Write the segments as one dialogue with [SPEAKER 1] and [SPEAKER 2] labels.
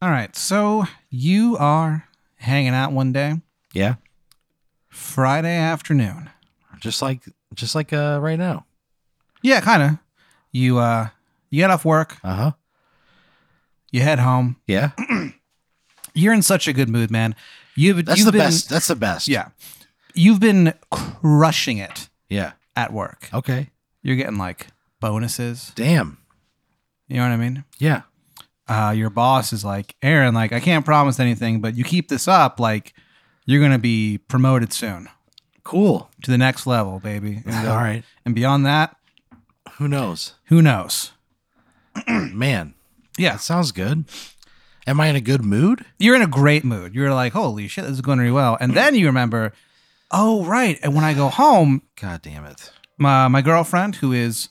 [SPEAKER 1] All right. So you are hanging out one day,
[SPEAKER 2] Yeah.
[SPEAKER 1] Friday afternoon.
[SPEAKER 2] Just like just like uh right now.
[SPEAKER 1] Yeah, kind of. You uh, you get off work,
[SPEAKER 2] Uh-huh.
[SPEAKER 1] you head home.
[SPEAKER 2] Yeah.
[SPEAKER 1] You're in such a good mood, man. You've
[SPEAKER 2] That's
[SPEAKER 1] you've
[SPEAKER 2] the
[SPEAKER 1] been,
[SPEAKER 2] best. That's the best.
[SPEAKER 1] Yeah, you've been crushing it
[SPEAKER 2] Yeah.
[SPEAKER 1] at work.
[SPEAKER 2] Okay.
[SPEAKER 1] You're getting like bonuses.
[SPEAKER 2] Damn.
[SPEAKER 1] You know what I mean?
[SPEAKER 2] Yeah.
[SPEAKER 1] Uh, your boss is like, Aaron, like I can't promise anything, but you keep this up, like you're gonna be promoted soon
[SPEAKER 2] Cool.
[SPEAKER 1] to the next level, baby. And,
[SPEAKER 2] All right.
[SPEAKER 1] and beyond that,
[SPEAKER 2] Who knows?
[SPEAKER 1] who knows?
[SPEAKER 2] Man,
[SPEAKER 1] Yeah,
[SPEAKER 2] that sounds good. Am I in a good mood?
[SPEAKER 1] you're in a great mood. You're like, holy shit, this is going really well. And then you remember, oh right, and when I go home,
[SPEAKER 2] God damn it.
[SPEAKER 1] my my girlfriend who is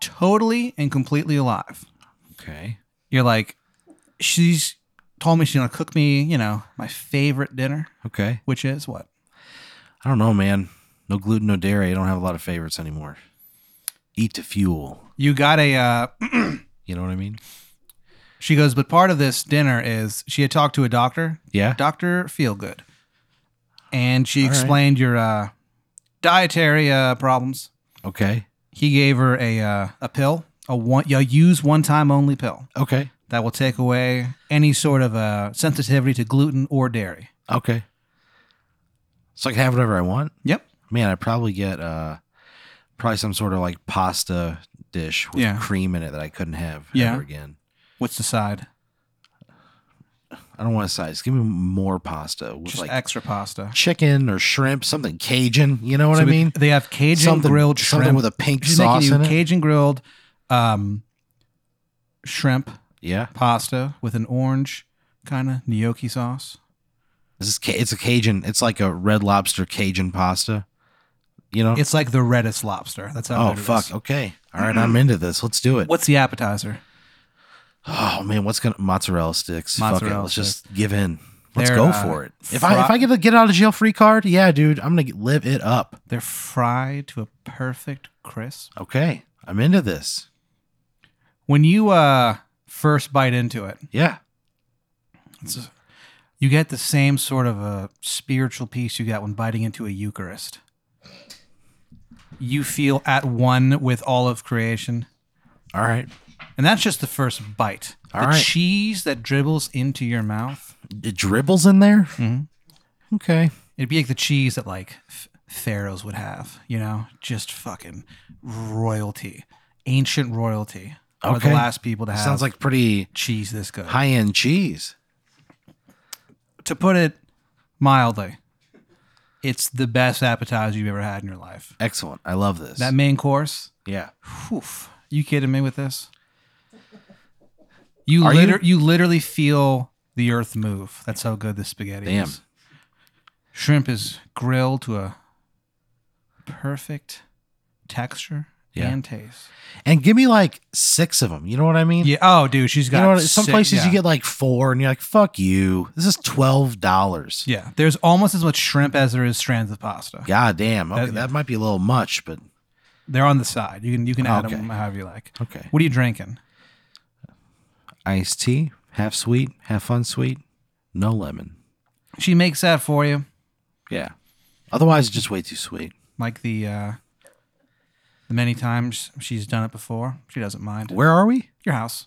[SPEAKER 1] totally and completely alive.
[SPEAKER 2] Okay.
[SPEAKER 1] You're like, she's told me she's gonna cook me, you know, my favorite dinner,
[SPEAKER 2] Okay.
[SPEAKER 1] which is what?
[SPEAKER 2] I don't know, man. No gluten, no dairy. I don't have a lot of favorites anymore. Eat to fuel.
[SPEAKER 1] You got a uh
[SPEAKER 2] You know what I mean?
[SPEAKER 1] she goes, but part of this dinner is she had talked to a doctor,
[SPEAKER 2] Yeah.
[SPEAKER 1] Dr. Feelgood. And she
[SPEAKER 2] All right.
[SPEAKER 1] explained your uh dietary uh problems.
[SPEAKER 2] Okay.
[SPEAKER 1] he gave her a uh, a pill, a one you use one time only pill
[SPEAKER 2] Okay.
[SPEAKER 1] that will take away any sort of uh, sensitivity to gluten or dairy.
[SPEAKER 2] Okay. So I can have whatever I want.
[SPEAKER 1] Yep.
[SPEAKER 2] Man, I probably get uh probably some sort of like pasta dish with
[SPEAKER 1] Yeah.
[SPEAKER 2] cream in it that I couldn't have
[SPEAKER 1] Yeah.
[SPEAKER 2] ever again.
[SPEAKER 1] What's the side?
[SPEAKER 2] I don't want to size. Give me more pasta with
[SPEAKER 1] Just
[SPEAKER 2] like
[SPEAKER 1] extra pasta.
[SPEAKER 2] chicken or shrimp, something Cajun. You know what
[SPEAKER 1] So
[SPEAKER 2] I
[SPEAKER 1] we-
[SPEAKER 2] mean?
[SPEAKER 1] they have Cajun
[SPEAKER 2] something
[SPEAKER 1] grilled shrimp.
[SPEAKER 2] something with a pink
[SPEAKER 1] She's making
[SPEAKER 2] sauce
[SPEAKER 1] you
[SPEAKER 2] in it.
[SPEAKER 1] Cajun grilled um, shrimp
[SPEAKER 2] yeah,
[SPEAKER 1] pasta with an orange kind of gnocchi sauce.
[SPEAKER 2] this is ca- it's a Cajun. It's like a Red Lobster Cajun pasta. You know?
[SPEAKER 1] It's like the reddest lobster. That's how.
[SPEAKER 2] oh
[SPEAKER 1] good it
[SPEAKER 2] fuck.
[SPEAKER 1] is.
[SPEAKER 2] Okay. All right. I'm into this. Let's do it.
[SPEAKER 1] What's the appetizer?
[SPEAKER 2] Oh man, what's gonna mozzarella sticks? Fuck
[SPEAKER 1] Mozzarella
[SPEAKER 2] it. Let's just give in. Let's
[SPEAKER 1] They're,
[SPEAKER 2] go
[SPEAKER 1] uh,
[SPEAKER 2] for it. If
[SPEAKER 1] fri-
[SPEAKER 2] I if I get a get out of jail free card, yeah, dude, I'm gonna get, live it up.
[SPEAKER 1] They're fried to a perfect crisp.
[SPEAKER 2] Okay, I'm into this.
[SPEAKER 1] when you uh first bite into it
[SPEAKER 2] Yeah.
[SPEAKER 1] it's, you get the same sort of a spiritual peace you got when biting into a eucharist you feel at one with all of creation
[SPEAKER 2] All right.
[SPEAKER 1] and that's just the first bite
[SPEAKER 2] All
[SPEAKER 1] the
[SPEAKER 2] right.
[SPEAKER 1] cheese that dribbles into your mouth
[SPEAKER 2] It dribbles in there.
[SPEAKER 1] Mhm.
[SPEAKER 2] Okay.
[SPEAKER 1] it'd be like the cheese that like f- pharaohs would have you know just fucking royalty ancient royalty One of the
[SPEAKER 2] Okay.
[SPEAKER 1] last people to have
[SPEAKER 2] Sounds like pretty
[SPEAKER 1] cheese this good
[SPEAKER 2] high end cheese.
[SPEAKER 1] to put it mildly, it's the best appetizer you've ever had in your life.
[SPEAKER 2] Excellent. I love this.
[SPEAKER 1] That main course,
[SPEAKER 2] yeah.
[SPEAKER 1] whew, you kidding me with this? You,
[SPEAKER 2] Are
[SPEAKER 1] liter- you literally feel the earth move. That's how good this spaghetti
[SPEAKER 2] Damn.
[SPEAKER 1] is. Shrimp is grilled to a perfect texture
[SPEAKER 2] Yeah.
[SPEAKER 1] and taste.
[SPEAKER 2] And give me like six of them. You know what I mean?
[SPEAKER 1] Yeah. Oh, dude, she's
[SPEAKER 2] You
[SPEAKER 1] got
[SPEAKER 2] know what? Some
[SPEAKER 1] sick-
[SPEAKER 2] places
[SPEAKER 1] yeah.
[SPEAKER 2] you get like four, and you're like, "Fuck you! This is twelve dollars."
[SPEAKER 1] Yeah, there's almost as much shrimp as there is strands of pasta.
[SPEAKER 2] God damn. Okay,
[SPEAKER 1] That-
[SPEAKER 2] that might be a little much, but
[SPEAKER 1] They're on the side. You can you can add
[SPEAKER 2] Okay.
[SPEAKER 1] them however you like.
[SPEAKER 2] okay.
[SPEAKER 1] What are you drinking?
[SPEAKER 2] iced tea, half sweet, half unsweet, no lemon.
[SPEAKER 1] She makes that for you,
[SPEAKER 2] Yeah. Otherwise, it's just way too sweet.
[SPEAKER 1] like the uh, the many times she's done it before. She doesn't mind.
[SPEAKER 2] Where are we?
[SPEAKER 1] Your house,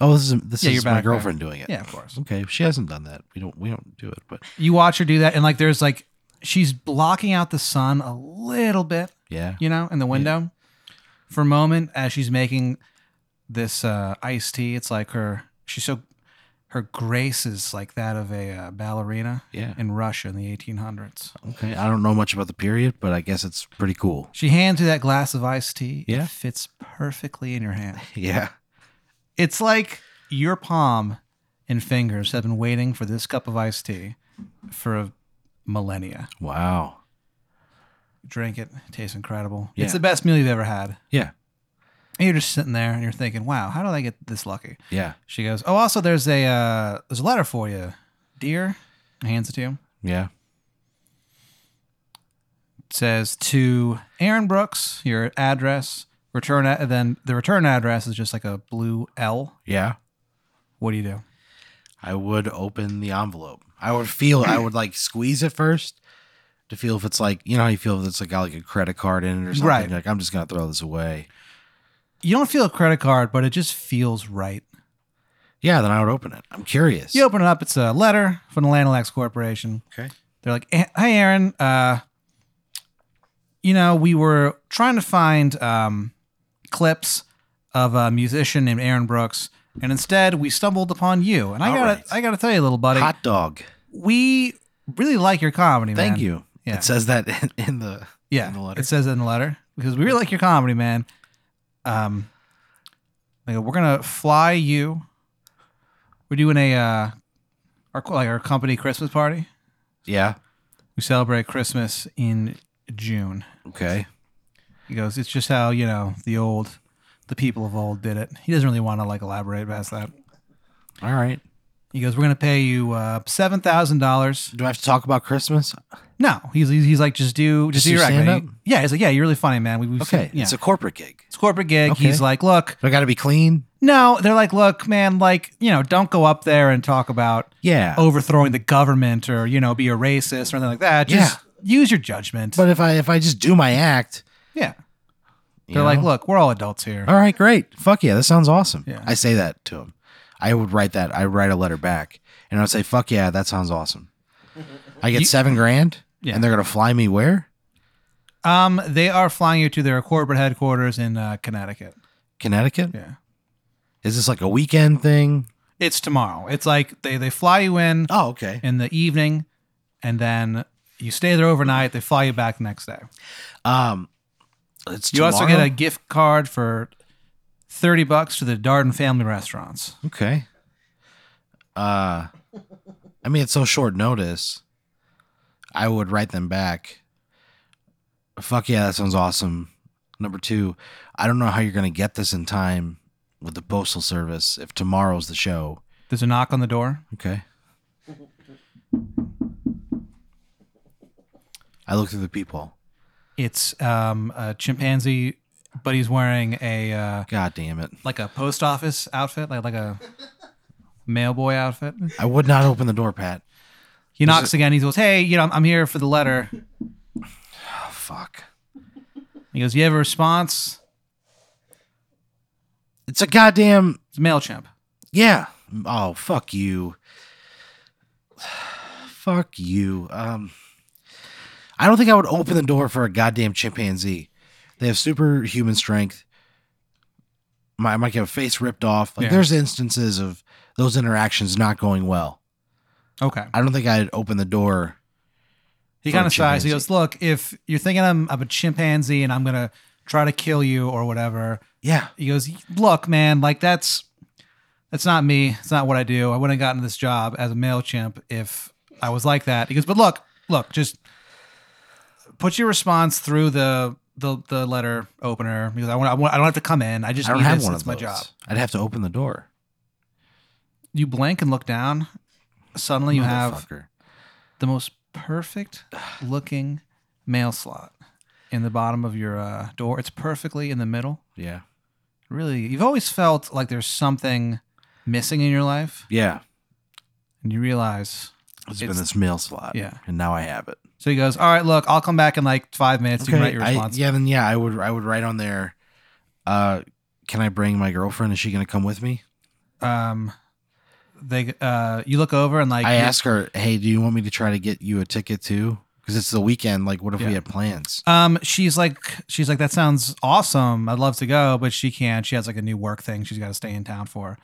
[SPEAKER 2] Oh, this is this
[SPEAKER 1] Yeah, you're
[SPEAKER 2] is my
[SPEAKER 1] back there.
[SPEAKER 2] girlfriend doing it.
[SPEAKER 1] yeah, of course.
[SPEAKER 2] Okay, she hasn't done that. We don't we don't do it, but
[SPEAKER 1] You watch her do that, and like there's like she's blocking out the sun a little bit,
[SPEAKER 2] yeah.
[SPEAKER 1] you know, in the window for a moment as she's making this uh, iced tea. It's like her she's so her grace is like that of a uh, ballerina
[SPEAKER 2] Yeah.
[SPEAKER 1] in Russia in the 1800s.
[SPEAKER 2] Okay. I don't know much about the period, but I guess it's pretty cool.
[SPEAKER 1] She hands you that glass of iced tea.
[SPEAKER 2] Yeah.
[SPEAKER 1] It fits perfectly in your hand.
[SPEAKER 2] Yeah.
[SPEAKER 1] It's like your palm and fingers have been waiting for this cup of iced tea for a millennia.
[SPEAKER 2] Wow.
[SPEAKER 1] Drink it, it tastes incredible.
[SPEAKER 2] Yeah.
[SPEAKER 1] It's the best meal you've ever had.
[SPEAKER 2] Yeah.
[SPEAKER 1] And you're just sitting there and you're thinking, "Wow, how did I get this lucky?"
[SPEAKER 2] Yeah.
[SPEAKER 1] She goes, "Oh, also there's a uh, there's a letter for you, dear." Hands it to him.
[SPEAKER 2] Yeah.
[SPEAKER 1] It says to Aaron Brooks, your address. Return a- and then the return address is just like a blue L.
[SPEAKER 2] Yeah.
[SPEAKER 1] What do you do?
[SPEAKER 2] I would open the envelope. I would feel. I would like squeeze it first to feel if it's like you know how you feel if it's like got like a credit card in it or something.
[SPEAKER 1] Right.
[SPEAKER 2] Like I'm just gonna throw this away.
[SPEAKER 1] You don't feel a credit card, but it just feels right.
[SPEAKER 2] Yeah, then I would open it. I'm curious.
[SPEAKER 1] You open it up. It's a letter from the Land O'Lax Corporation.
[SPEAKER 2] Okay.
[SPEAKER 1] They're like, "Eh, "Hi, Aaron. Uh, you know, we were trying to find um, clips of a musician named Aaron Brooks, and instead we stumbled upon you. And I
[SPEAKER 2] All
[SPEAKER 1] gotta,
[SPEAKER 2] right.
[SPEAKER 1] I gotta tell you, little buddy,
[SPEAKER 2] Hot dog.
[SPEAKER 1] we really like your comedy.
[SPEAKER 2] Thank
[SPEAKER 1] man.
[SPEAKER 2] you.
[SPEAKER 1] Yeah.
[SPEAKER 2] It says that in, in the.
[SPEAKER 1] Yeah,
[SPEAKER 2] in the letter.
[SPEAKER 1] it says it in the letter because we really like your comedy, man. Um, they go, we're gonna fly you. We're doing a uh, our like our company Christmas party.
[SPEAKER 2] Yeah.
[SPEAKER 1] We celebrate Christmas in June.
[SPEAKER 2] Okay.
[SPEAKER 1] He goes, it's just how you know the old, the people of old did it. He doesn't really want to like elaborate past that.
[SPEAKER 2] All right.
[SPEAKER 1] He goes, we're gonna pay you uh, seven thousand dollars.
[SPEAKER 2] Do I have to talk about Christmas?
[SPEAKER 1] No, he's, he's he's like just do just,
[SPEAKER 2] Just
[SPEAKER 1] do your
[SPEAKER 2] do
[SPEAKER 1] act, man."
[SPEAKER 2] stand-up?
[SPEAKER 1] Yeah, he's like yeah, you're really funny, man. We, we've
[SPEAKER 2] Okay.
[SPEAKER 1] seen, yeah. It's,
[SPEAKER 2] It's a corporate gig.
[SPEAKER 1] a corporate gig.
[SPEAKER 2] Okay.
[SPEAKER 1] He's like, look.
[SPEAKER 2] Do I got to be clean?
[SPEAKER 1] No, they're like, look, man, like, you know, don't go up there and talk about
[SPEAKER 2] Yeah.
[SPEAKER 1] overthrowing the government or, you know, be a racist or anything like that. Just use your judgment.
[SPEAKER 2] But if I if I just do my act,
[SPEAKER 1] yeah.
[SPEAKER 2] you
[SPEAKER 1] They're like,
[SPEAKER 2] know?
[SPEAKER 1] look, we're all adults here.
[SPEAKER 2] all right, great, fuck yeah, that sounds awesome.
[SPEAKER 1] Yeah.
[SPEAKER 2] I say that to him. I would write that. I write a letter back, and I would say, fuck yeah, that sounds awesome. I get
[SPEAKER 1] You-
[SPEAKER 2] seven grand,
[SPEAKER 1] Yeah.
[SPEAKER 2] and they're gonna fly me where?
[SPEAKER 1] Um, they are flying you to their corporate headquarters in uh, Connecticut.
[SPEAKER 2] Connecticut?
[SPEAKER 1] Yeah.
[SPEAKER 2] Is this like a weekend thing?
[SPEAKER 1] It's tomorrow. It's like they, they fly you in
[SPEAKER 2] Oh, okay.
[SPEAKER 1] in the evening and then you stay there overnight. They fly you back the next day.
[SPEAKER 2] Um, it's
[SPEAKER 1] You also get a
[SPEAKER 2] tomorrow?
[SPEAKER 1] gift card for 30 bucks to the Darden family restaurants.
[SPEAKER 2] okay. Uh, I mean, it's so short notice. I would write them back. Fuck yeah, that sounds awesome. Number two, I don't know how you're gonna get this in time with the postal service if tomorrow's the show.
[SPEAKER 1] There's a knock on the door.
[SPEAKER 2] Okay. I look through the peephole.
[SPEAKER 1] It's um, a chimpanzee, but he's wearing a uh,
[SPEAKER 2] God damn it!
[SPEAKER 1] like a post office outfit, like like a mailboy outfit.
[SPEAKER 2] I would not open the door, Pat.
[SPEAKER 1] He knocks again. He goes, "Hey, you know, I'm, I'm here for the letter."
[SPEAKER 2] Oh, fuck.
[SPEAKER 1] He goes, "You have a response?"
[SPEAKER 2] It's a goddamn
[SPEAKER 1] It's Mailchimp.
[SPEAKER 2] yeah. Oh fuck you. fuck you. Um, I don't think I would open the door for a goddamn chimpanzee. They have superhuman strength. My, I might get a face ripped off. Like
[SPEAKER 1] Yeah.
[SPEAKER 2] there's instances of those interactions not going well.
[SPEAKER 1] Okay.
[SPEAKER 2] I don't think I'd open the door.
[SPEAKER 1] He
[SPEAKER 2] For a
[SPEAKER 1] kind of sighs. He
[SPEAKER 2] chimpanzee.
[SPEAKER 1] goes, "Look, if you're thinking I'm, I'm a chimpanzee and I'm gonna try to kill you or whatever,"
[SPEAKER 2] Yeah.
[SPEAKER 1] he goes, "Look, man, like that's that's not me. It's not what I do. I wouldn't have gotten this job as a Mailchimp if I was like that." He goes, "But look, look, just put your response through the the, the letter opener because I want, I want I don't have to come in. I just
[SPEAKER 2] I don't
[SPEAKER 1] need
[SPEAKER 2] have
[SPEAKER 1] this.
[SPEAKER 2] one
[SPEAKER 1] it's
[SPEAKER 2] of
[SPEAKER 1] my
[SPEAKER 2] those.
[SPEAKER 1] job."
[SPEAKER 2] I'd have to open the door.
[SPEAKER 1] You blink and look down. Suddenly, you have
[SPEAKER 2] Motherfucker.
[SPEAKER 1] the most perfect looking mail slot in the bottom of your uh, door. It's perfectly in the middle.
[SPEAKER 2] Yeah.
[SPEAKER 1] Really, you've always felt like there's something missing in your life.
[SPEAKER 2] Yeah.
[SPEAKER 1] and you realize.
[SPEAKER 2] it's been
[SPEAKER 1] It's-
[SPEAKER 2] this mail slot.
[SPEAKER 1] Yeah.
[SPEAKER 2] And now I have it.
[SPEAKER 1] So he goes, "All right, look, I'll come back in like five minutes. You can write your
[SPEAKER 2] I-
[SPEAKER 1] response."
[SPEAKER 2] yeah, then yeah, I would I would write on there. Uh, can I bring my girlfriend? Is she gonna come with me?
[SPEAKER 1] Um, they, uh, you look over and like
[SPEAKER 2] I
[SPEAKER 1] you-
[SPEAKER 2] ask her, hey, do you want me to try to get you a ticket too? Because it's the weekend. Like, what if
[SPEAKER 1] Yeah.
[SPEAKER 2] we had plans?
[SPEAKER 1] Um, she's like, she's like, that sounds awesome. I'd love to go, but she can't. She has like a new work thing she's got to stay in town for.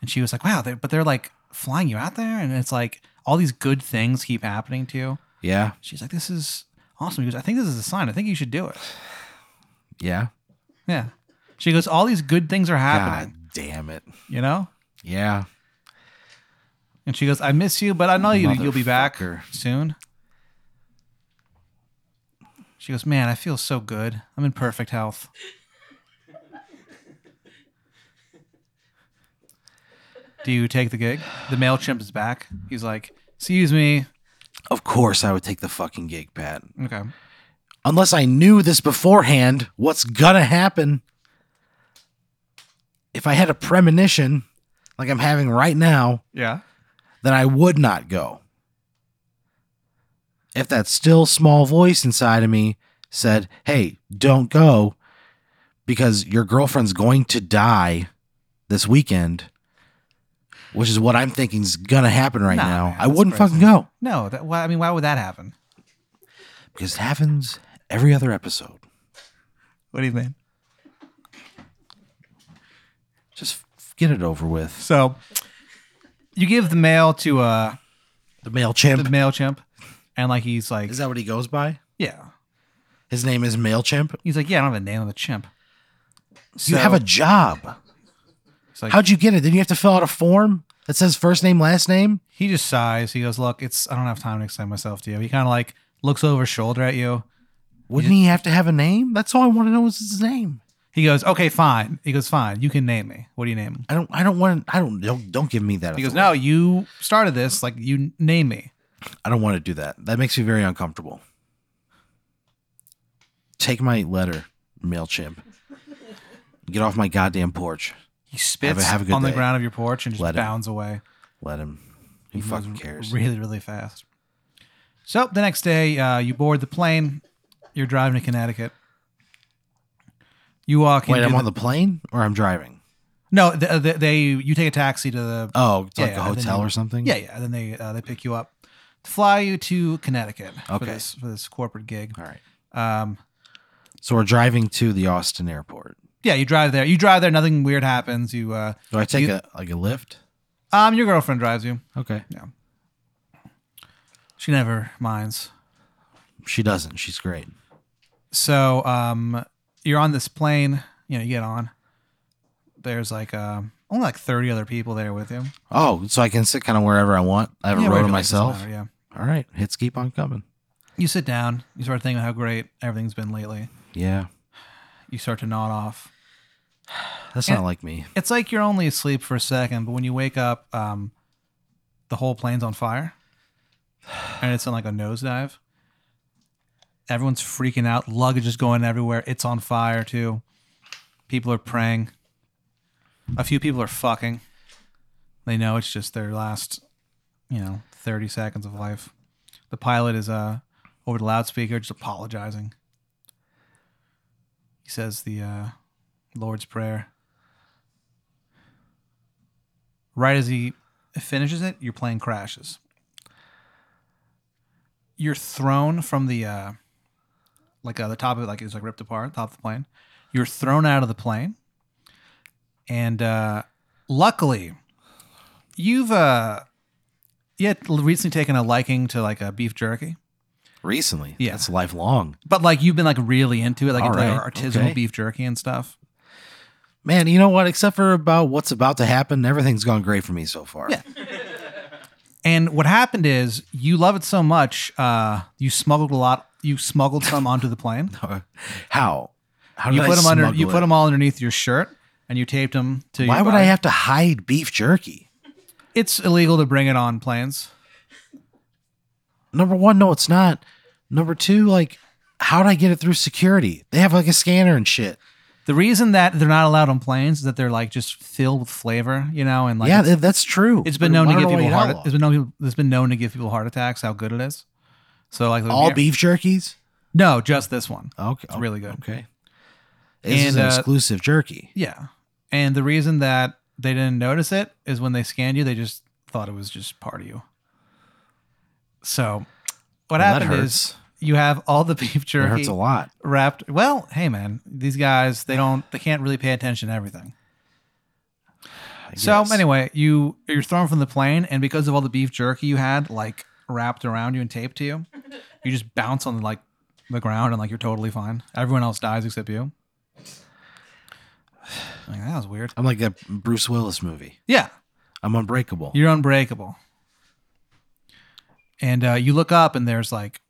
[SPEAKER 1] And she was like, wow, they but they're like flying you out there, and it's like all these good things keep happening to you.
[SPEAKER 2] Yeah,
[SPEAKER 1] She's like, this is awesome. He goes, I think this is a sign. I think you should do it.
[SPEAKER 2] yeah.
[SPEAKER 1] Yeah. She goes, all these good things are happening.
[SPEAKER 2] God damn it.
[SPEAKER 1] You know.
[SPEAKER 2] Yeah.
[SPEAKER 1] And she goes, I miss you, but I know you, you'll be back
[SPEAKER 2] Motherfucker.
[SPEAKER 1] soon. She goes, Man, I feel so good. I'm in perfect health. Do you take the gig? The MailChimp is back. He's like, Excuse me.
[SPEAKER 2] Of course, I would take the fucking gig, Pat.
[SPEAKER 1] Okay.
[SPEAKER 2] Unless I knew this beforehand, what's gonna happen? If I had a premonition, like I'm having right now,
[SPEAKER 1] Yeah.
[SPEAKER 2] then I would not go. If that still small voice inside of me said, hey, don't go because your girlfriend's going to die this weekend, which is what I'm thinking is going to happen right
[SPEAKER 1] Nah,
[SPEAKER 2] now,
[SPEAKER 1] man,
[SPEAKER 2] I
[SPEAKER 1] that's
[SPEAKER 2] wouldn't
[SPEAKER 1] crazy.
[SPEAKER 2] fucking go
[SPEAKER 1] No, that, why, I mean, why would that happen?
[SPEAKER 2] because it happens every other episode.
[SPEAKER 1] What do you mean?
[SPEAKER 2] Just f- get it over with.
[SPEAKER 1] So you give the mail to uh
[SPEAKER 2] The male
[SPEAKER 1] the
[SPEAKER 2] chimp.
[SPEAKER 1] MailChimp and like he's like
[SPEAKER 2] Is that what he goes by?
[SPEAKER 1] Yeah.
[SPEAKER 2] His name is MailChimp.
[SPEAKER 1] He's like, Yeah, I don't have a name of a chimp.
[SPEAKER 2] you
[SPEAKER 1] So-
[SPEAKER 2] have a job.
[SPEAKER 1] It's like-
[SPEAKER 2] How'd you get it? Did you have to fill out a form that says first name, last name?
[SPEAKER 1] he just sighs. He goes, Look, it's I don't have time to explain myself to you. He kinda like looks over his shoulder at you.
[SPEAKER 2] Wouldn't he have to have a name? That's all I want to know is his name.
[SPEAKER 1] He goes, Okay, fine. He goes, Fine, you can name me. What do you name him?
[SPEAKER 2] I don't. I don't want. I don't. Don't, don't give me that.
[SPEAKER 1] He goes,
[SPEAKER 2] authority.
[SPEAKER 1] No, you started this, like you name me.
[SPEAKER 2] I don't want to do that. That makes me very uncomfortable. Take my letter, Mailchimp. Get off my goddamn porch.
[SPEAKER 1] He spits
[SPEAKER 2] have a good
[SPEAKER 1] on the
[SPEAKER 2] day.
[SPEAKER 1] ground of your porch and just
[SPEAKER 2] Let him.
[SPEAKER 1] bounds away.
[SPEAKER 2] Let him. Who
[SPEAKER 1] He
[SPEAKER 2] fucking
[SPEAKER 1] moves
[SPEAKER 2] cares?
[SPEAKER 1] Really, really fast. So the next day, uh, you board the plane. You're driving to Connecticut. You walk.
[SPEAKER 2] Wait,
[SPEAKER 1] into
[SPEAKER 2] I'm on the plane or I'm driving.
[SPEAKER 1] No, the, the, they. You take a taxi to the.
[SPEAKER 2] Oh, it's
[SPEAKER 1] Yeah,
[SPEAKER 2] like a
[SPEAKER 1] yeah, and then
[SPEAKER 2] hotel
[SPEAKER 1] you-
[SPEAKER 2] or something.
[SPEAKER 1] Yeah, yeah. Then they uh, they pick you up, fly you to Connecticut. For
[SPEAKER 2] Okay.
[SPEAKER 1] this, for this corporate gig.
[SPEAKER 2] All right.
[SPEAKER 1] Um.
[SPEAKER 2] So we're driving to the Austin airport.
[SPEAKER 1] Yeah, you drive there. You drive there. Nothing weird happens. You. Uh,
[SPEAKER 2] Do I take
[SPEAKER 1] You-
[SPEAKER 2] a like a lift?
[SPEAKER 1] um. Your girlfriend drives you.
[SPEAKER 2] Okay.
[SPEAKER 1] She never minds.
[SPEAKER 2] She doesn't. She's great.
[SPEAKER 1] So um, you're on this plane. You know, you get on. There's like um, only like 30 other people there with you.
[SPEAKER 2] Oh, so I can sit kind of wherever I want. I haven't
[SPEAKER 1] Yeah,
[SPEAKER 2] wrote
[SPEAKER 1] wherever
[SPEAKER 2] it
[SPEAKER 1] you like, doesn't
[SPEAKER 2] myself.
[SPEAKER 1] matter, yeah.
[SPEAKER 2] All right, hits keep on coming.
[SPEAKER 1] You sit down. You start thinking how great everything's been lately.
[SPEAKER 2] Yeah,
[SPEAKER 1] You start to nod off.
[SPEAKER 2] that's
[SPEAKER 1] And-
[SPEAKER 2] not like me.
[SPEAKER 1] It's like you're only asleep for a second, but when you wake up, um, the whole plane's on fire, and it's in like a nosedive. Everyone's freaking out. Luggage is going everywhere. It's on fire too. People are praying. A few people are fucking. They know it's just their last, you know, thirty seconds of life. The pilot is uh over the loudspeaker, just apologizing. He says the uh, Lord's Prayer right as he finishes it, your plane crashes. You're thrown from the uh, like uh, the top of it, like it's like ripped apart, top of the plane. You're thrown out of the plane, and uh, luckily, you've uh, yet recently taken a liking to like a beef jerky,
[SPEAKER 2] Recently,
[SPEAKER 1] Yeah.
[SPEAKER 2] that's lifelong.
[SPEAKER 1] but like you've been like really into it, like
[SPEAKER 2] All
[SPEAKER 1] into like,
[SPEAKER 2] right,
[SPEAKER 1] artisanal
[SPEAKER 2] okay.
[SPEAKER 1] beef jerky and stuff.
[SPEAKER 2] Man, you know what? Except for about what's about to happen, everything's gone great for me so far.
[SPEAKER 1] Yeah. And what happened is you love it so much, uh, you smuggled a lot. You smuggled some onto the plane.
[SPEAKER 2] How? How
[SPEAKER 1] You
[SPEAKER 2] did I
[SPEAKER 1] put them under. You
[SPEAKER 2] smuggle
[SPEAKER 1] put
[SPEAKER 2] it?
[SPEAKER 1] them all underneath your shirt, and you taped them to. your
[SPEAKER 2] Why would
[SPEAKER 1] body.
[SPEAKER 2] I have to hide beef jerky?
[SPEAKER 1] It's illegal to bring it on planes.
[SPEAKER 2] Number one, no, it's not. Number two, like, how'd I get it through security? They have like a scanner and shit.
[SPEAKER 1] The reason that they're not allowed on planes is that they're like just filled with flavor, you know, and like
[SPEAKER 2] yeah,
[SPEAKER 1] it's-
[SPEAKER 2] th- that's true.
[SPEAKER 1] it's been
[SPEAKER 2] But
[SPEAKER 1] known to
[SPEAKER 2] I don't
[SPEAKER 1] give
[SPEAKER 2] know why
[SPEAKER 1] people
[SPEAKER 2] you
[SPEAKER 1] heart.
[SPEAKER 2] outlawed
[SPEAKER 1] It's been known. It's been known to give people heart attacks. How good it is. So like
[SPEAKER 2] all beef jerkies.
[SPEAKER 1] No, just this one.
[SPEAKER 2] Okay,
[SPEAKER 1] It's really good.
[SPEAKER 2] Okay, this is
[SPEAKER 1] And,
[SPEAKER 2] an
[SPEAKER 1] uh,
[SPEAKER 2] exclusive jerky.
[SPEAKER 1] Yeah, and the reason that they didn't notice it is when they scanned you, they just thought it was just part of you. So, what
[SPEAKER 2] Well, that
[SPEAKER 1] happened is
[SPEAKER 2] hurts.
[SPEAKER 1] you have all the beef
[SPEAKER 2] It
[SPEAKER 1] jerky.
[SPEAKER 2] hurts a lot.
[SPEAKER 1] wrapped. Well, hey man, these guys they don't they can't really pay attention to everything.
[SPEAKER 2] I
[SPEAKER 1] So
[SPEAKER 2] guess.
[SPEAKER 1] anyway, you you're thrown from the plane, and because of all the beef jerky you had like wrapped around you and taped to you, you just bounce on like the ground and like you're totally fine. Everyone else dies except you. Like, that was weird.
[SPEAKER 2] I'm like that Bruce Willis movie.
[SPEAKER 1] Yeah,
[SPEAKER 2] I'm unbreakable.
[SPEAKER 1] You're unbreakable. And uh, you look up, and there's like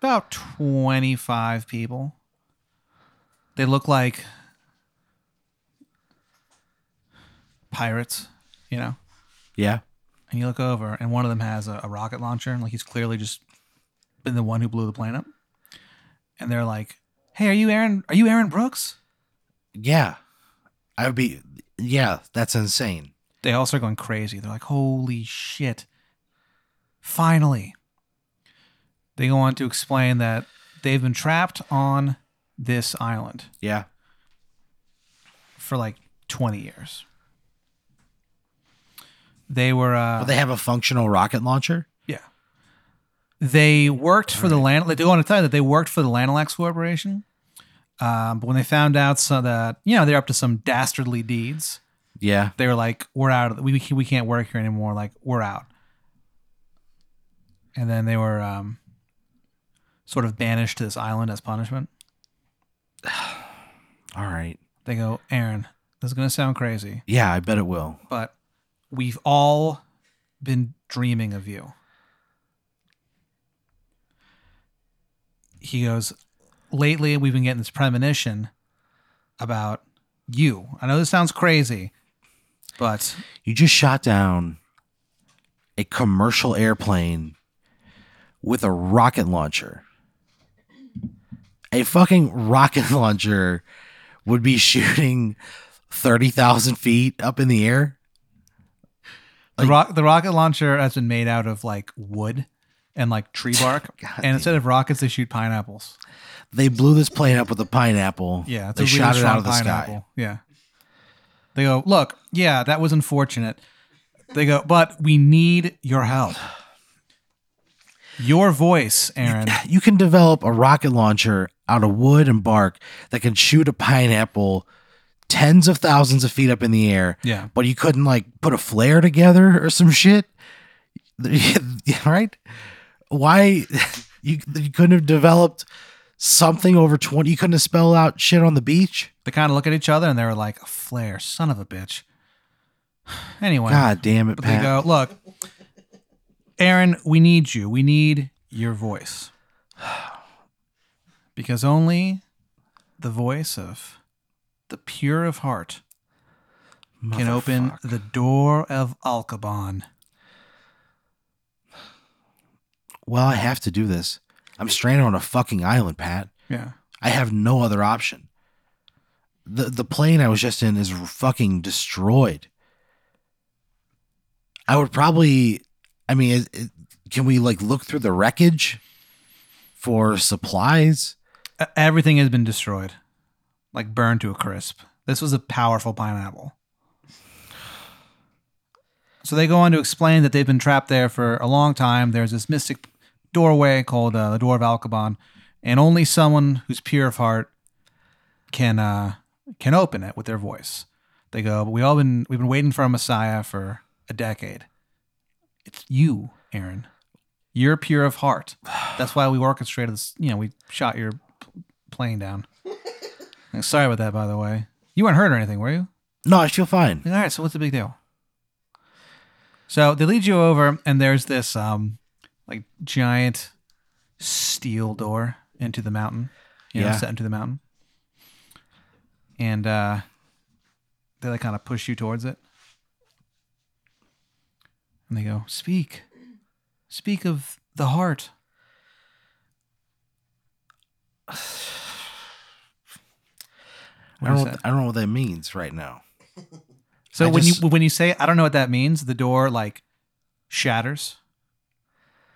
[SPEAKER 1] about 25 people. They look like pirates, you know?
[SPEAKER 2] yeah,
[SPEAKER 1] And you look over, and one of them has a, a rocket launcher, and like he's clearly just been the one who blew the plane up. And they're like, "Hey, are you Aaron? Are you Aaron Brooks?"
[SPEAKER 2] yeah. I would be. Yeah, that's insane.
[SPEAKER 1] they all start going crazy. They're like, holy shit. Finally. They go on to explain that they've been trapped on this island
[SPEAKER 2] Yeah.
[SPEAKER 1] for like 20 years. They were, uh,
[SPEAKER 2] But they have a functional rocket launcher.
[SPEAKER 1] yeah. They worked for the land. They do want to tell you that they worked for the Lanalax Corporation. Um, but when they found out so that, you know, they're up to some dastardly deeds,
[SPEAKER 2] Yeah.
[SPEAKER 1] they were like, "We're out. Of the, we we can't work here anymore. Like, we're out." And then they were um, sort of banished to this island as punishment.
[SPEAKER 2] All right.
[SPEAKER 1] They go, "Aaron, this is gonna sound crazy,
[SPEAKER 2] Yeah, I bet it will.
[SPEAKER 1] but we've all been dreaming of you." He goes, "Lately, we've been getting this premonition about you. I know this sounds crazy, but."
[SPEAKER 2] You just shot down a commercial airplane with a rocket launcher. A fucking rocket launcher would be shooting 30,000 feet up in the air.
[SPEAKER 1] The, rock, the rocket launcher has been made out of like wood and like tree bark.
[SPEAKER 2] God
[SPEAKER 1] and
[SPEAKER 2] damn.
[SPEAKER 1] instead of rockets, they shoot pineapples.
[SPEAKER 2] They blew this plane up with a pineapple.
[SPEAKER 1] Yeah.
[SPEAKER 2] they shot it out of the sky.
[SPEAKER 1] Yeah. They go, look, yeah, that was unfortunate. They go, but we need your help. Your voice, Aaron.
[SPEAKER 2] You can develop a rocket launcher out of wood and bark that can shoot a pineapple tens of thousands of feet up in the air.
[SPEAKER 1] Yeah.
[SPEAKER 2] but you couldn't like put a flare together or some shit, right? Why you, you couldn't have developed something over twenty? You couldn't have spelled out shit on the beach.
[SPEAKER 1] They kind of look at each other and they were like, Flair, son of a bitch. Anyway.
[SPEAKER 2] God damn it,
[SPEAKER 1] But they
[SPEAKER 2] Pat!
[SPEAKER 1] go, look, Aaron, we need you. We need your voice. Because only the voice of the pure of heart can open
[SPEAKER 2] Motherfuck.
[SPEAKER 1] the door of Alcabon.
[SPEAKER 2] Well, I have to do this. I'm stranded on a fucking island, Pat.
[SPEAKER 1] Yeah.
[SPEAKER 2] I have no other option. The the plane I was just in is fucking destroyed. I would probably I mean it, it- can we like look through the wreckage for supplies?
[SPEAKER 1] E- Everything has been destroyed, like burned to a crisp. This was a powerful pineapple. So they go on to explain that they've been trapped there for a long time. There's this mystic doorway called uh, the Door of Alcabon, and only someone who's pure of heart can uh, can open it with their voice. They go, but we all been we've been waiting for a Messiah for a decade. It's you, Aaron. You're pure of heart. That's why we orchestrated this. You know, we shot your p- plane down. Like, Sorry about that, by the way. You weren't hurt or anything, were you?
[SPEAKER 2] No, I feel fine.
[SPEAKER 1] Like, All right, so what's the big deal? So they lead you over, and there's this um, like giant steel door into the mountain. You know,
[SPEAKER 2] Yeah.
[SPEAKER 1] set into the mountain, and uh, they like kind of push you towards it, and they go, "Speak, speak of the heart."
[SPEAKER 2] I
[SPEAKER 1] What is
[SPEAKER 2] don't
[SPEAKER 1] that?
[SPEAKER 2] I don't know what that means right now.
[SPEAKER 1] So
[SPEAKER 2] I
[SPEAKER 1] when
[SPEAKER 2] just-
[SPEAKER 1] you when you say I don't know what that means, the door like shatters.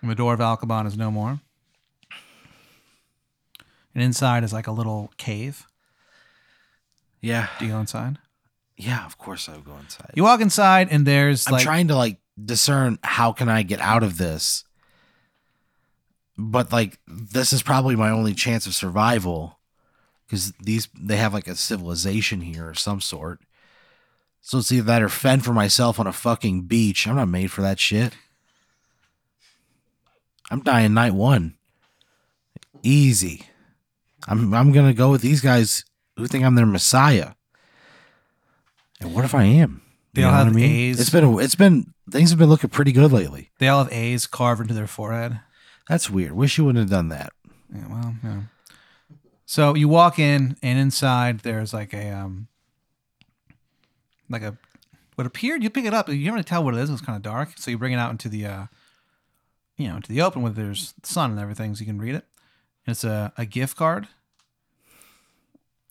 [SPEAKER 1] And the door of Alcabon is no more. And inside is like a little cave.
[SPEAKER 2] Yeah.
[SPEAKER 1] Do you go inside?
[SPEAKER 2] Yeah, of course I would go inside.
[SPEAKER 1] You walk inside and there's
[SPEAKER 2] I'm
[SPEAKER 1] like
[SPEAKER 2] trying to like discern how can I get out of this. But like this is probably my only chance of survival cuz these they have like a civilization here of some sort. So it's either that or fend for myself on a fucking beach. I'm not made for that shit. I'm dying night 1. Easy. I'm I'm going to go with these guys who think I'm their messiah. And what if I am?
[SPEAKER 1] They
[SPEAKER 2] You
[SPEAKER 1] all
[SPEAKER 2] know what
[SPEAKER 1] have A's.
[SPEAKER 2] It's been a, it's been things have been looking pretty good lately.
[SPEAKER 1] they all have A's carved into their forehead.
[SPEAKER 2] That's weird. Wish you wouldn't have done that.
[SPEAKER 1] Yeah, well, yeah. So you walk in and inside there's like a um like a what appeared you pick it up, you can't really tell what it is, it was kinda dark. So you bring it out into the uh you know, into the open where there's sun and everything, so you can read it. And it's a, a gift card.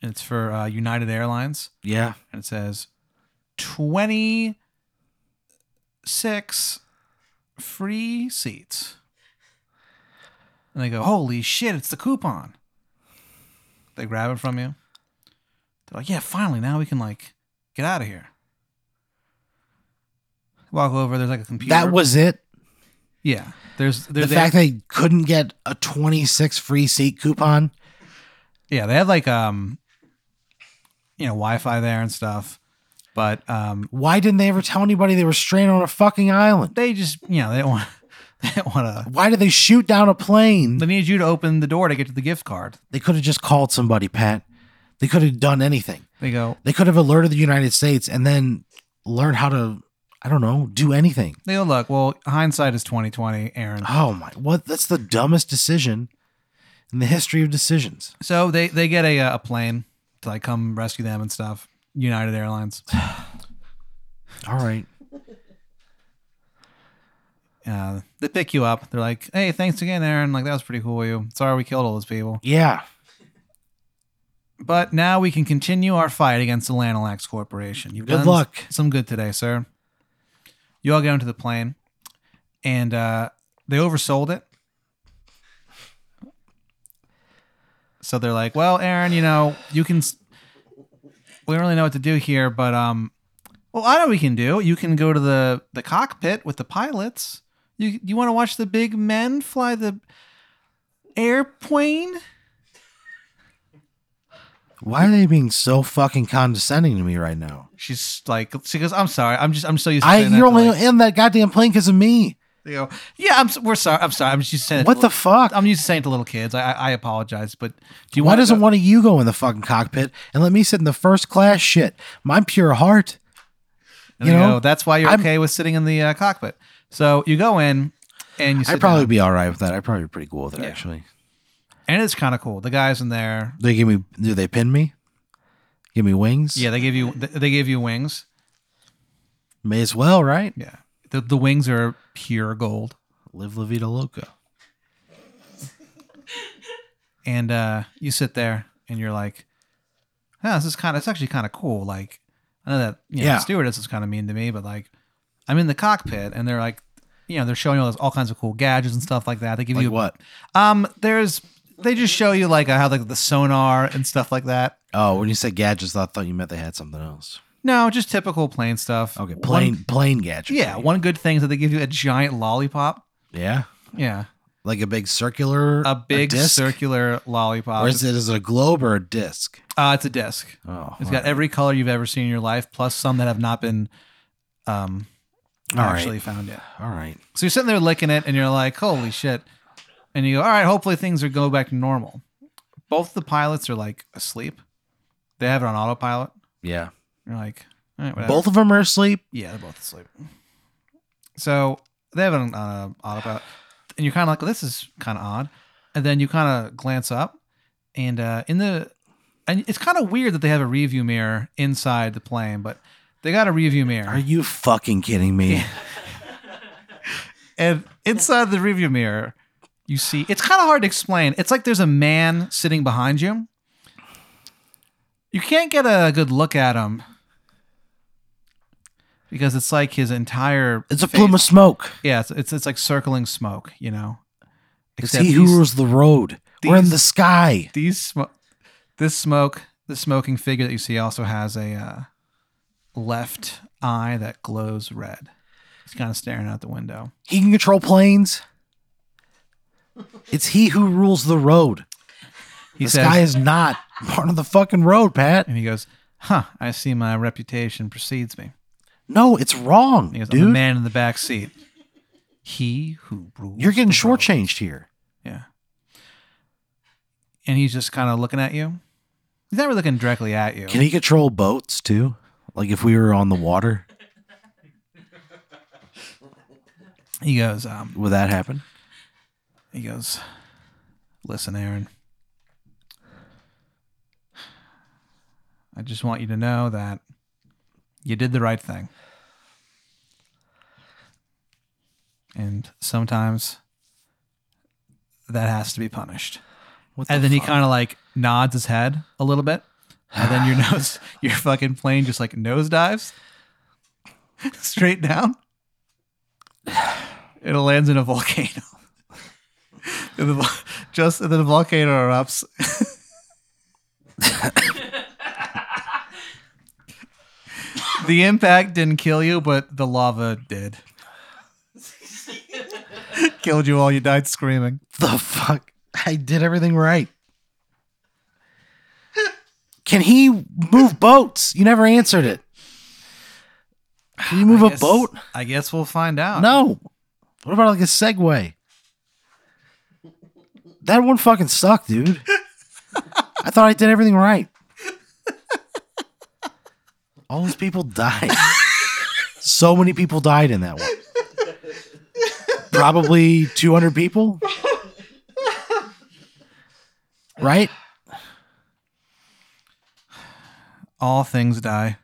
[SPEAKER 1] And it's for uh, United Airlines
[SPEAKER 2] Yeah.
[SPEAKER 1] and it says twenty six free seats. And they go, holy shit, it's the coupon. They grab it from you. They're like, yeah, finally, now we can like get out of here. Walk over, there's like a computer.
[SPEAKER 2] That was it.
[SPEAKER 1] yeah. There's
[SPEAKER 2] The
[SPEAKER 1] there's
[SPEAKER 2] fact they couldn't get a 26 free seat coupon.
[SPEAKER 1] yeah, they have like um you know, Wi-Fi there and stuff. But um
[SPEAKER 2] Why didn't they ever tell anybody they were stranded on a fucking island?
[SPEAKER 1] they just you know they don't want they don't want to
[SPEAKER 2] Why did they shoot down a plane?
[SPEAKER 1] they need you to open the door to get to the gift card
[SPEAKER 2] They could have just called somebody, Pat. They could have done anything.
[SPEAKER 1] they go
[SPEAKER 2] They could have alerted the United States and then learned how to, I don't know, do anything.
[SPEAKER 1] they go look well hindsight is 2020 aaron
[SPEAKER 2] Oh my, what? That's the dumbest decision in the history of decisions.
[SPEAKER 1] so they they get a, uh, a plane to like come rescue them and stuff united airlines
[SPEAKER 2] All right.
[SPEAKER 1] uh, they pick you up they're like hey thanks again aaron like that was pretty cool of you sorry we killed all those people
[SPEAKER 2] Yeah.
[SPEAKER 1] but now we can continue our fight against the lanalax corporation you've
[SPEAKER 2] Good
[SPEAKER 1] done
[SPEAKER 2] luck.
[SPEAKER 1] some good today sir you all get onto the plane and uh, they oversold it So they're like, "Well, Aaron, you know, you can. s- We don't really know what to do here, but um, well, I know what we can do. You can go to the the cockpit with the pilots. You you want to watch the big men fly the airplane?
[SPEAKER 2] Why are they being so fucking condescending to me right now?
[SPEAKER 1] She's like, she goes, "I'm sorry, I'm just I'm so used to."
[SPEAKER 2] I
[SPEAKER 1] saying that
[SPEAKER 2] you're
[SPEAKER 1] to,
[SPEAKER 2] only
[SPEAKER 1] like-
[SPEAKER 2] in that goddamn plane because of me.
[SPEAKER 1] they go, "Yeah, I'm. s- We're sorry. I'm sorry. I'm just saying.
[SPEAKER 2] What the fuck?
[SPEAKER 1] I'm used to saying it to little kids. I I, I apologize, but do you
[SPEAKER 2] Why
[SPEAKER 1] want?
[SPEAKER 2] doesn't
[SPEAKER 1] go-
[SPEAKER 2] one of you go in the fucking cockpit and let me sit in the first class? Shit, my pure heart.
[SPEAKER 1] And
[SPEAKER 2] you
[SPEAKER 1] they
[SPEAKER 2] know,
[SPEAKER 1] go, that's why you're
[SPEAKER 2] I'm-
[SPEAKER 1] okay with sitting in the uh, cockpit. So you go in, and you. Sit
[SPEAKER 2] I'd probably
[SPEAKER 1] down.
[SPEAKER 2] be all right with that. I'd probably be pretty cool with it
[SPEAKER 1] Yeah.
[SPEAKER 2] actually.
[SPEAKER 1] and it's kind of cool. The guys in there,
[SPEAKER 2] They give me. Do they pin me? Give me wings.
[SPEAKER 1] yeah, they give you th- they give you wings.
[SPEAKER 2] May as well, right?
[SPEAKER 1] Yeah, the the wings are pure gold,
[SPEAKER 2] Live La Vida Loca.
[SPEAKER 1] and uh, you sit there and you're like, "Huh, this is kind of it's actually kind of cool." Like, I know that you know,
[SPEAKER 2] Yeah.
[SPEAKER 1] the stewardess is kind of mean to me, but like, I'm in the cockpit, and they're like, you know, they're showing you all, this, all kinds of cool gadgets and stuff like that. They give
[SPEAKER 2] Like
[SPEAKER 1] you
[SPEAKER 2] what?
[SPEAKER 1] um, there's they just show you like how like the sonar and stuff like that.
[SPEAKER 2] Oh, when you said gadgets, I thought you meant they had something else.
[SPEAKER 1] No, just typical plain stuff.
[SPEAKER 2] Okay,
[SPEAKER 1] One-
[SPEAKER 2] plain plain gadgets.
[SPEAKER 1] yeah, one good thing is that they give you a giant lollipop.
[SPEAKER 2] Yeah,
[SPEAKER 1] Yeah,
[SPEAKER 2] like a big circular,
[SPEAKER 1] a big
[SPEAKER 2] disc?
[SPEAKER 1] circular lollipop.
[SPEAKER 2] Or is it is it a globe or a disc?
[SPEAKER 1] Uh, it's a disc.
[SPEAKER 2] Oh,
[SPEAKER 1] It's
[SPEAKER 2] all
[SPEAKER 1] got
[SPEAKER 2] right.
[SPEAKER 1] every color you've ever seen in your life, plus some that have not been um,
[SPEAKER 2] All right.
[SPEAKER 1] actually found yet.
[SPEAKER 2] all right.
[SPEAKER 1] So you're sitting there licking it, and you're like, "Holy shit!" And you go, "All right, hopefully things are go back to normal." Both the pilots are like asleep. They have it on autopilot.
[SPEAKER 2] Yeah,
[SPEAKER 1] You're like, "All right, whatever."
[SPEAKER 2] both of them are asleep.
[SPEAKER 1] Yeah, they're both asleep. So they have an uh, autopilot, and you're kind of like, "This is kind of odd." And then you kind of glance up, and uh, in the, and it's kind of weird that they have a review mirror inside the plane, but they got a review
[SPEAKER 2] Are
[SPEAKER 1] mirror,
[SPEAKER 2] you fucking kidding me?
[SPEAKER 1] and inside the review mirror, you see it's kind of hard to explain. It's like there's a man sitting behind you. You can't get a good look at him because it's like his entire
[SPEAKER 2] It's a
[SPEAKER 1] face-
[SPEAKER 2] plume of smoke.
[SPEAKER 1] Yeah, it's, it's it's like circling smoke, you know.
[SPEAKER 2] It's
[SPEAKER 1] Except
[SPEAKER 2] he
[SPEAKER 1] these,
[SPEAKER 2] who rules the road. We're in
[SPEAKER 1] these-
[SPEAKER 2] the sky.
[SPEAKER 1] these smo- this smoke, the smoking figure that you see also has a uh, left eye that glows red. He's kind of staring out the window.
[SPEAKER 2] He can control planes. It's he who rules the road.
[SPEAKER 1] He
[SPEAKER 2] the
[SPEAKER 1] says,
[SPEAKER 2] sky is not part of the fucking road, Pat.
[SPEAKER 1] and he goes, "Huh? I see my reputation precedes me."
[SPEAKER 2] No, it's wrong,
[SPEAKER 1] He goes, I'm the
[SPEAKER 2] dude.
[SPEAKER 1] man in the back seat. He who rules.
[SPEAKER 2] You're getting
[SPEAKER 1] the world."
[SPEAKER 2] shortchanged here.
[SPEAKER 1] Yeah. And he's just kind of looking at you. He's not really looking directly at you.
[SPEAKER 2] Can he control boats too? Like if we were on the water,
[SPEAKER 1] he goes, um,
[SPEAKER 2] would that happen?
[SPEAKER 1] He goes, Listen, Aaron. I just want you to know that you did the right thing. And sometimes that has to be punished.
[SPEAKER 2] What
[SPEAKER 1] And
[SPEAKER 2] the
[SPEAKER 1] then he
[SPEAKER 2] fuck?
[SPEAKER 1] kind of like nods his head a little bit. And then your nose, your fucking plane just like nosedives straight down. and it lands in a volcano. and the, vol- just and then the volcano erupts. the impact didn't kill you, but the lava did. Killed you all. You died screaming.
[SPEAKER 2] The fuck? I did everything right. Can he move boats? You never answered it. Can you move
[SPEAKER 1] I
[SPEAKER 2] a
[SPEAKER 1] guess-
[SPEAKER 2] boat?
[SPEAKER 1] I guess we'll find out.
[SPEAKER 2] No. What about like a Segway? That one fucking sucked, dude. I thought I did everything right. All those people died. so many people died in that one. Probably 200 people. Right?
[SPEAKER 1] all things die.